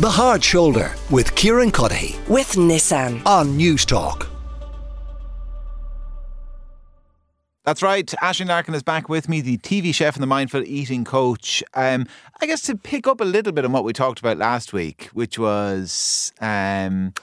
The Hard Shoulder with Kieran Cuddy with Nissan. on News Talk. That's right. Ashley Larkin is back with me, the TV chef and the mindful eating coach. Um, I guess to pick up a little bit on what we talked about last week, which was um,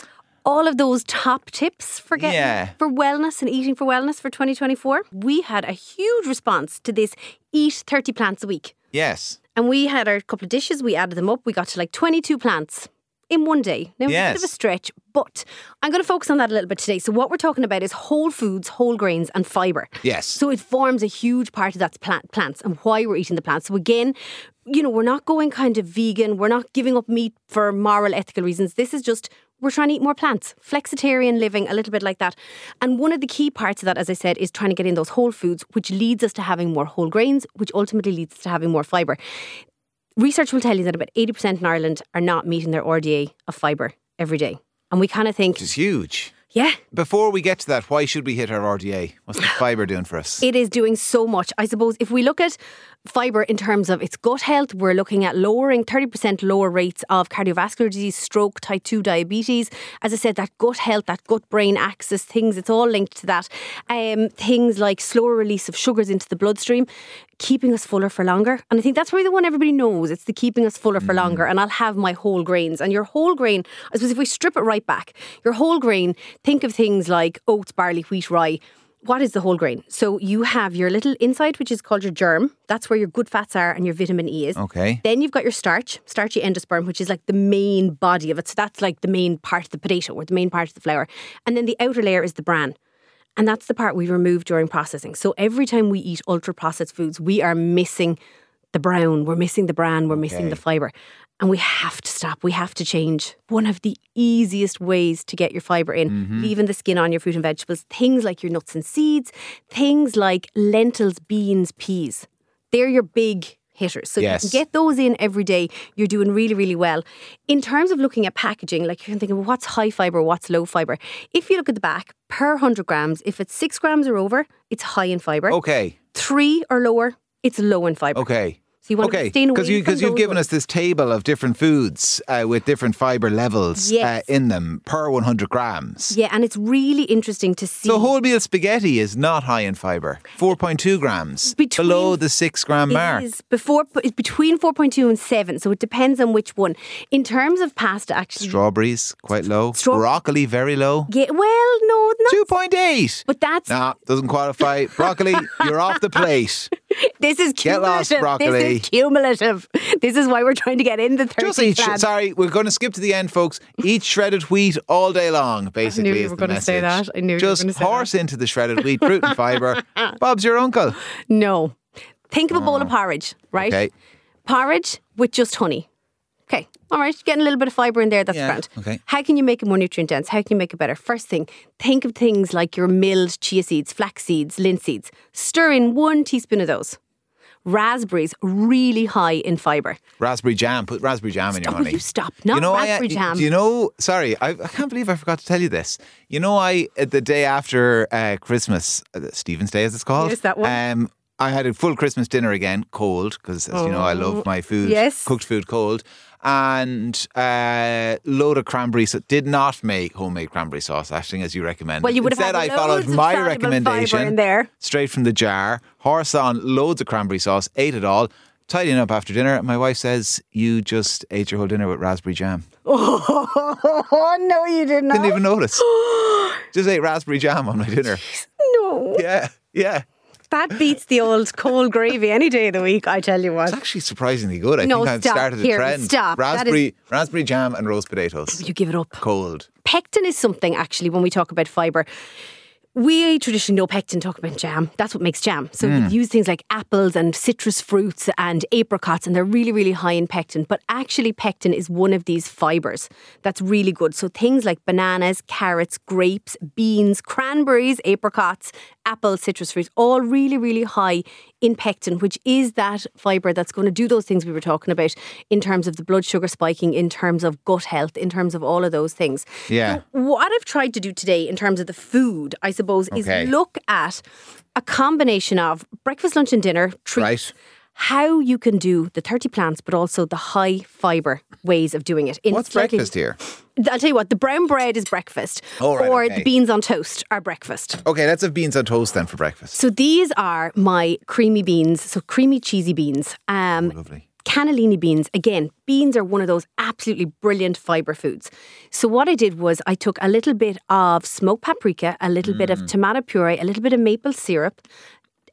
all of those top tips for getting Yeah. for wellness and eating for wellness for 2024. We had a huge response to this eat 30 plants a week. yes, And we had our couple of dishes, we added them up, we got to like 22 plants in one day. Now, it's a bit Yes. of a stretch, but I'm going to focus on that a little bit today. So, what we're talking about is whole foods, whole grains, and fiber. Yes. So, it forms a huge part of that's plant, plants and why we're eating the plants. So, again, you know, we're not going kind of vegan, we're not giving up meat for moral, ethical reasons. This is just we're trying to eat more plants, flexitarian living, a little bit like that. And one of the key parts of that, as I said, is trying to get in those whole foods, which leads us to having more whole grains, which ultimately leads to having more fiber. Research will tell you that about 80% in Ireland are not meeting their RDA of fibre every day. And we kind of think, which is huge. yeah, Before we get to that, why should we hit our RDA? What's the fibre doing for us? It is doing so much. I suppose if we look at fibre in terms of its gut health, we're looking at lowering 30% lower rates of cardiovascular disease, stroke, type 2 diabetes. As I said, that gut health, that gut brain axis things, it's all linked to that. Um, things like slower release of sugars into the bloodstream, keeping us fuller for longer. And I think that's probably the one everybody knows. It's the keeping us fuller for longer. And I'll have my whole grains. And your whole grain, I suppose if we strip it right back, your whole grain, think of things like oats, barley, wheat, rye what is the whole grain? So you have your little inside, which is called your germ. That's where your good fats are and your vitamin E is. Okay. Then you've got your starch, starchy endosperm, which is like the main body of it. So that's like the main part of the potato or the main part of the flour. And then the outer layer is the bran. And that's the part we remove during processing. So every time we eat ultra processed foods, we are missing the brown, we're missing the bran, we're missing the fiber. And we have to stop, we have to change. One of the easiest ways to get your fiber in, leaving the skin on your fruit and vegetables, things like your nuts and seeds, things like lentils, beans, peas. They're your big hitters. So you Yes. can get get those in every day, you're doing really, really well. In terms of looking at packaging, like you can think of what's high fiber, what's low fiber. If you look at the back, per 100 grams, if it's six grams or over, it's high in fiber. Okay. Three or lower, it's low in fiber. Oh. Okay. So you want Okay, to stay away because you, from because you've those given ones. us this table of different foods uh, with different fibre levels Yes. uh, in them per 100 grams. Yeah, and it's really interesting to see. So wholemeal spaghetti is not high in fibre, 4.2 grams, Between- below the 6 gram It mark. is before it's between 4.2 and 7 so it depends on which one in terms of pasta actually Strawberries, quite low. Straw- Broccoli, very low. yeah well no not 2.8. but that's Nah, doesn't qualify. Broccoli, you're off the plate. This is Get cumulative. lost, broccoli. This is cumulative. This is why we're trying to get in the 30 Just eat. plan. Sorry, we're going to skip to the end, folks. Eat shredded wheat all day long, basically. you is were the gonna say message. that. I knew you were Just gonna say that. horse into the shredded wheat, fruit and fibre. Bob's your uncle. No. Think of a bowl of porridge, right? Ah, Okay. Porridge with just honey. Okay. All right. You're getting a little bit of fiber in there. That's Yeah, grand. okay. How can you make it more nutrient dense? How can you make it better? First thing, think of things like your milled chia seeds, flax seeds, linseeds. Stir in one teaspoon of those. Raspberries, really high in fiber. Raspberry jam. Put raspberry jam in your Oh, honey. you stop. Not I- uh, raspberry jam. You know, sorry, I, I can't believe I forgot to tell you this. You know, I uh, the day after uh, Christmas, uh, Stephen's Day, as it's called. Yes, that one. Um, I had a full Christmas dinner again, cold, because as you know, I love my food, Oh, Yes. cooked food cold, and uh, load of cranberry. So did not make homemade cranberry sauce, actually, as you recommended. Well, you would have Instead, had I followed loads of my soluble fibre recommendation in there. straight from the jar. Horse on loads of cranberry sauce, ate it all, tidying up after dinner. And my wife says, You just ate your whole dinner with raspberry jam. oh, no, you did not. Didn't even notice. just ate raspberry jam on my dinner. No. Yeah, yeah. That beats the old cold gravy any day of the week, I tell you It's what. actually surprisingly good. I No, think I've stop, started a Kieran, trend. stop. That is- Raspberry, raspberry jam and roast potatoes. You give it up. Cold. Pectin is something, actually, when we talk about fibre. We traditionally know pectin, talk about jam. That's what makes jam. So you use things like apples and citrus fruits and apricots, and they're really, really high in pectin. But actually, pectin is one of these fibres that's really good. So things like bananas, carrots, grapes, beans, cranberries, apricots, apples, citrus fruits, all really, really high in pectin, which is that fibre that's going to do those things we were talking about in terms of the blood sugar spiking, in terms of gut health, in terms of all of those things. Yeah. So what I've tried to do today in terms of the food, I suppose, Okay. is look at a combination of breakfast, lunch, and dinner treats. Right. How you can do the 30 plants, but also the high fiber ways of doing it. In What's slightly- breakfast here? I'll tell you what, the brown bread is breakfast, Oh, right, or okay. the beans on toast are breakfast. Okay, let's have beans on toast then for breakfast. So these are my creamy beans, so creamy cheesy beans. Um, Lovely. cannellini beans again beans are one of those absolutely brilliant fiber foods so what i did was i took a little bit of smoked paprika a little bit of tomato puree a little bit of maple syrup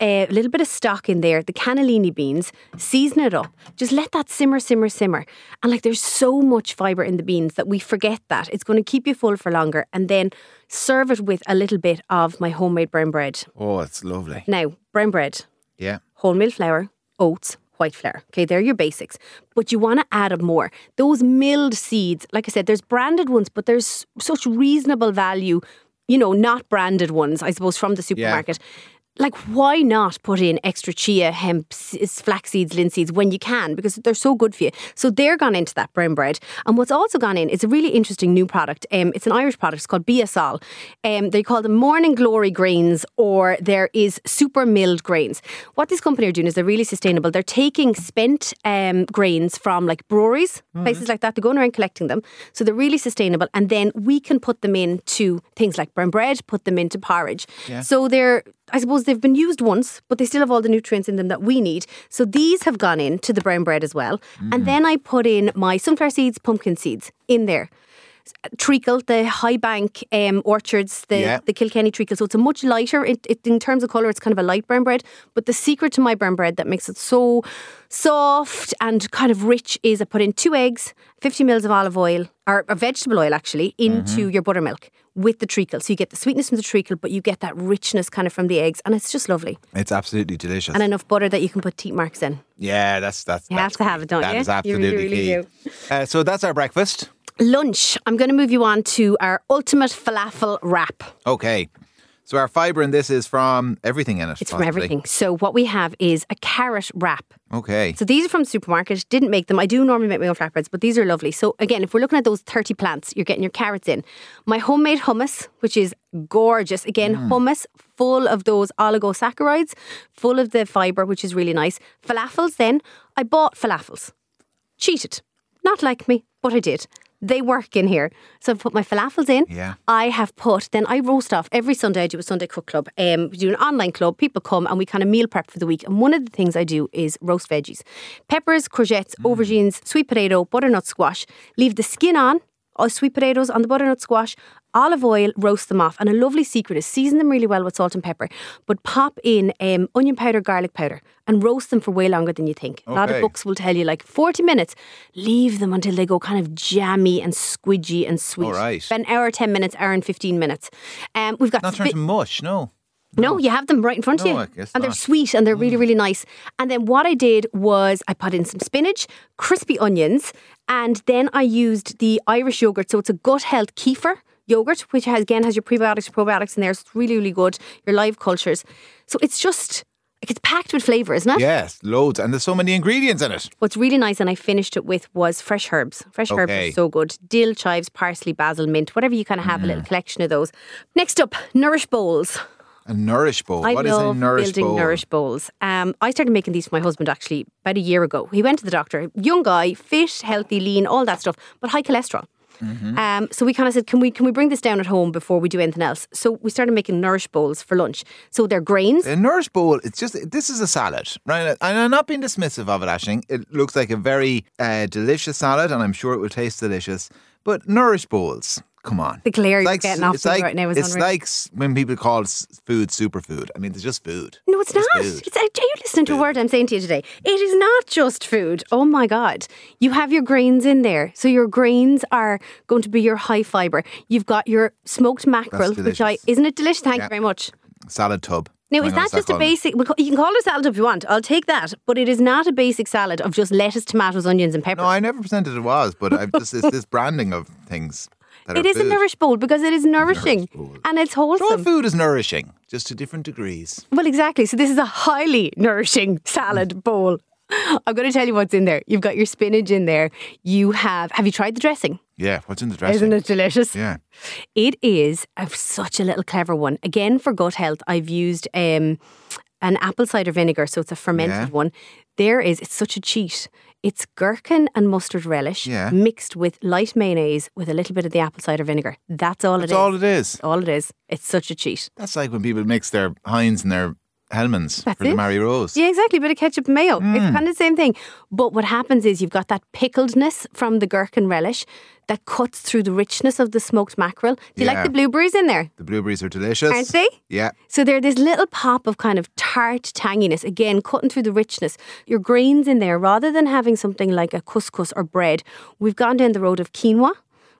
a little bit of stock in there the cannellini beans season it up just let that simmer simmer simmer and like there's so much fiber in the beans that we forget that it's going to keep you full for longer and then serve it with a little bit of my homemade brown bread Oh, it's lovely. now brown bread Yeah. wholemeal flour, oats, white flour. Okay, they're your basics. But you want to add up more. Those milled seeds, like I said, there's branded ones, but there's such reasonable value, you know, not branded ones, I suppose, from the supermarket. Like, why not put in extra chia, hemp, s- flax seeds, linseeds when you can? Because they're so good for you. So they're gone into that brown bread. And what's also gone in is a really interesting new product. Um, it's an Irish product. It's called BSL. Um, they call them Morning Glory grains, or there is super milled grains. What this company are doing is they're really sustainable. They're taking spent um, grains from like breweries, places like that. They're going around collecting them. So they're really sustainable. And then we can put them into things like brown bread, put them into porridge. So they're, I suppose, they've been used once, but they still have all the nutrients in them that we need. So these have gone in to the brown bread as well. And then I put in my sunflower seeds, pumpkin seeds in there. Treacle, the High Bank um, orchards, the, Yeah. the Kilkenny treacle. So it's a much lighter, it, it, in terms of colour, it's kind of a light brown bread. But the secret to my brown bread that makes it so soft and kind of rich is I put in two eggs, 50 mils of olive oil, or, or vegetable oil actually, into your buttermilk with the treacle. So you get the sweetness from the treacle, but you get that richness kind of from the eggs. And it's just lovely. It's absolutely delicious. And enough butter that you can put teat marks in. yeah, that's that's. You that's have to have it, don't That you? is You really, absolutely really key. Uh, so that's our breakfast. Lunch. I'm going to move you on to our ultimate falafel wrap. Okay. So our fibre in this is from everything in it. It's from possibly. everything. So what we have is a carrot wrap. Okay. So these are from the supermarket. Didn't make them. I do normally make my own flatbreads, but these are lovely. So again, if we're looking at those thirty plants, you're getting your carrots in. My homemade hummus, which is gorgeous. Again, hummus full of those oligosaccharides, full of the fiber, which is really nice. Falafels. Then I bought falafels. Cheated. Not like me, but I did. They work in here. So I've put my falafels in. Yeah. I have put, then I roast off every Sunday. I do a Sunday cook club. Um, we do an online club. People come and we kind of meal prep for the week. And one of the things I do is roast veggies peppers, courgettes, aubergines, sweet potato, butternut squash. Leave the skin on, or sweet potatoes on the butternut squash, olive oil, roast them off. And a lovely secret is season them really well with salt and pepper, but pop in um, onion powder, garlic powder, and roast them for way longer than you think. A lot of Okay. books will tell you like 40 minutes. Leave them until they go kind of jammy and squidgy and sweet. All right. About an hour, 10 minutes, hour and 15 minutes. Um, we've got Not turn spi- to mush. No. no, you have them right in front No, of you. I guess and they're not. Mm. sweet and they're really, really nice. And then what I did was I put in some spinach, crispy onions, and then I used the Irish yogurt. So it's a gut health kefir yogurt, which has, again has your prebiotics, probiotics in there. So it's really, really good. Your live cultures. So it's just, like, it's packed with flavour, isn't it? Yes, loads, and there's so many ingredients in it. What's really nice, and I finished it with, was fresh herbs. Fresh herbs Okay. are so good. Dill, chives, parsley, basil, mint, whatever you kind of have, a Mm. little collection of those. Next up, nourish bowls. A nourish bowl. I what is love a nourish building bowl? nourish bowls. Um, I started making these for my husband actually about a year ago. He went to the doctor, young guy, fit, healthy, lean, all that stuff, but high cholesterol. Mm-hmm. Um, so we kind of said, can we can we bring this down at home before we do anything else? So we started making nourish bowls for lunch. So they're grains. A nourish bowl. It's just this is a salad, right? And I'm not being dismissive of it, Ashing. It looks like a very uh, delicious salad, and I'm sure it will taste delicious. But nourish bowls, come on. The glare It's you're like, getting off it's me like, right now is It's unreal. like s- when people call s- food superfood. I mean, it's just food. No, it's, not. food. It's, are you listening to a word I'm saying to you today? It is not just food. Oh my God. You have your grains in there. So your grains are going to be your high fiber. You've got your smoked mackerel, which I, delicious. isn't it delicious? Thank Yeah. you very much. Salad tub. Now, Hang is on, that what's just a called? basic? we ca- You can call it a salad if you want. I'll take that, but it is not a basic salad of just lettuce, tomatoes, onions, and peppers. No, I never presented it was, but I've just it's this branding of things. That it are is a food. nourish bowl because it is nourishing and it's All wholesome. food is nourishing, just to different degrees. Well, exactly. So this is a highly nourishing Mm. salad bowl. I'm going to tell you what's in there. You've got your spinach in there. You have. Have you tried the dressing? Yeah, what's in the dressing? Isn't it delicious? Yeah. It is a, such a little clever one. Again, for gut health, I've used um, an apple cider vinegar, so it's a fermented Yeah. one. There is, it's such a cheat. It's gherkin and mustard relish Yeah. mixed with light mayonnaise with a little bit of the apple cider vinegar. That's all That's it is. all it is. all it is. It's such a cheat. That's like when people mix their Heinz and their Hellmans That's for the it. Mary Rose. Yeah, exactly. Bit of ketchup and mayo. It's Mm. kind of the same thing. But what happens is you've got that pickledness from the gherkin relish that cuts through the richness of the smoked mackerel. Do you Yeah. like the blueberries in there? The blueberries are delicious. Aren't they? Yeah. So they're this little pop of kind of tart tanginess, again, cutting through the richness. Your grains in there, rather than having something like a couscous or bread, we've gone down the road of quinoa.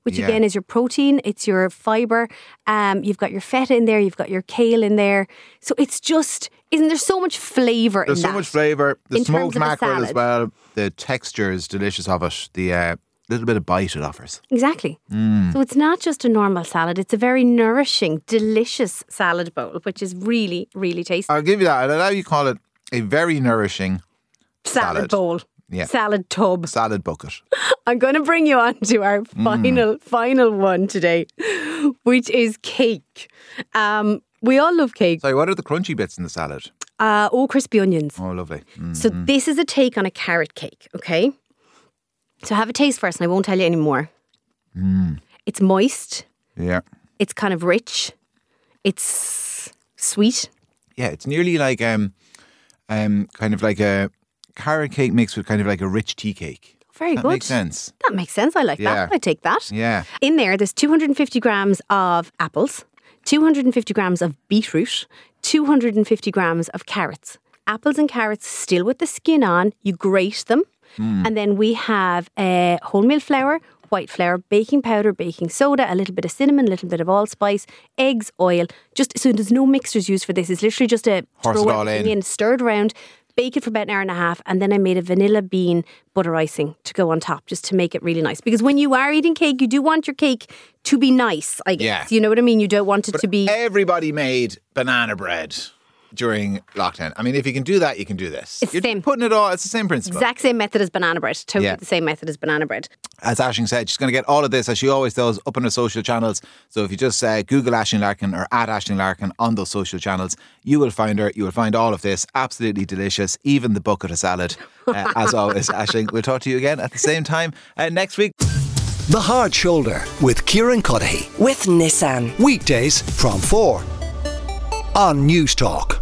Which Yeah. again is your protein, it's your fiber. Um, you've got your feta in there, you've got your kale in there. So it's just, isn't there so much flavour There's in so that? much flavour. The In terms smoked of a mackerel as salad. well. The texture is delicious of it. The uh, little bit of bite it offers. Exactly. Mm. So it's not just a normal salad, it's a very nourishing, delicious salad bowl, which is really, really tasty. I'll give you that. I know you call it a very nourishing salad. salad bowl. Yeah. Salad tub. salad bucket. I'm going to bring you on to our Mm. final, final one today, which is cake. Um, we all love cake. Sorry, what are the crunchy bits in the salad? Uh, all crispy onions. Oh, lovely. Mm. So this is a take on a carrot cake, okay? So have a taste first, and I won't tell you any more. Mm. It's moist. Yeah. It's kind of rich. It's sweet. Yeah, it's nearly like um, um, kind of like a carrot cake mixed with kind of like a rich tea cake. Very That good. makes sense. That makes sense. I like Yeah. that. I take that. Yeah. In there, there's 250 grams of apples, 250 grams of beetroot, 250 grams of carrots. Apples and carrots still with the skin on, you grate them. Hmm. And then we have uh, wholemeal flour, white flour, baking powder, baking soda, a little bit of cinnamon, a little bit of allspice, eggs, oil. Just so there's no mixtures used for this. It's literally just a Horse throw it all everything in. in, stir it around, bake it for about an hour and a half, and then I made a vanilla bean butter icing to go on top just to make it really nice. Because when you are eating cake, you do want your cake to be nice, I guess. Yeah. eh, You know what I mean? You don't want it to be. Everybody made banana bread during lockdown. I mean, if you can do that, you can do this. It's the You're same. putting it all. It's the same principle. Exact same method as banana bread. Totally Yeah. the same method as banana bread. As Ashing said, she's going to get all of this, as she always does, up on her social channels. So if you just uh, Google Ashing Larkin or at Ashing Larkin on those social channels, you will find her. You will find all of this. Absolutely delicious, even the bucket of salad. Uh, as always, Ashing, we'll talk to you again at the same time uh, next week. The Hard Shoulder with Kieran Cuddihy. with Nissan. Weekdays from 4 on News Talk.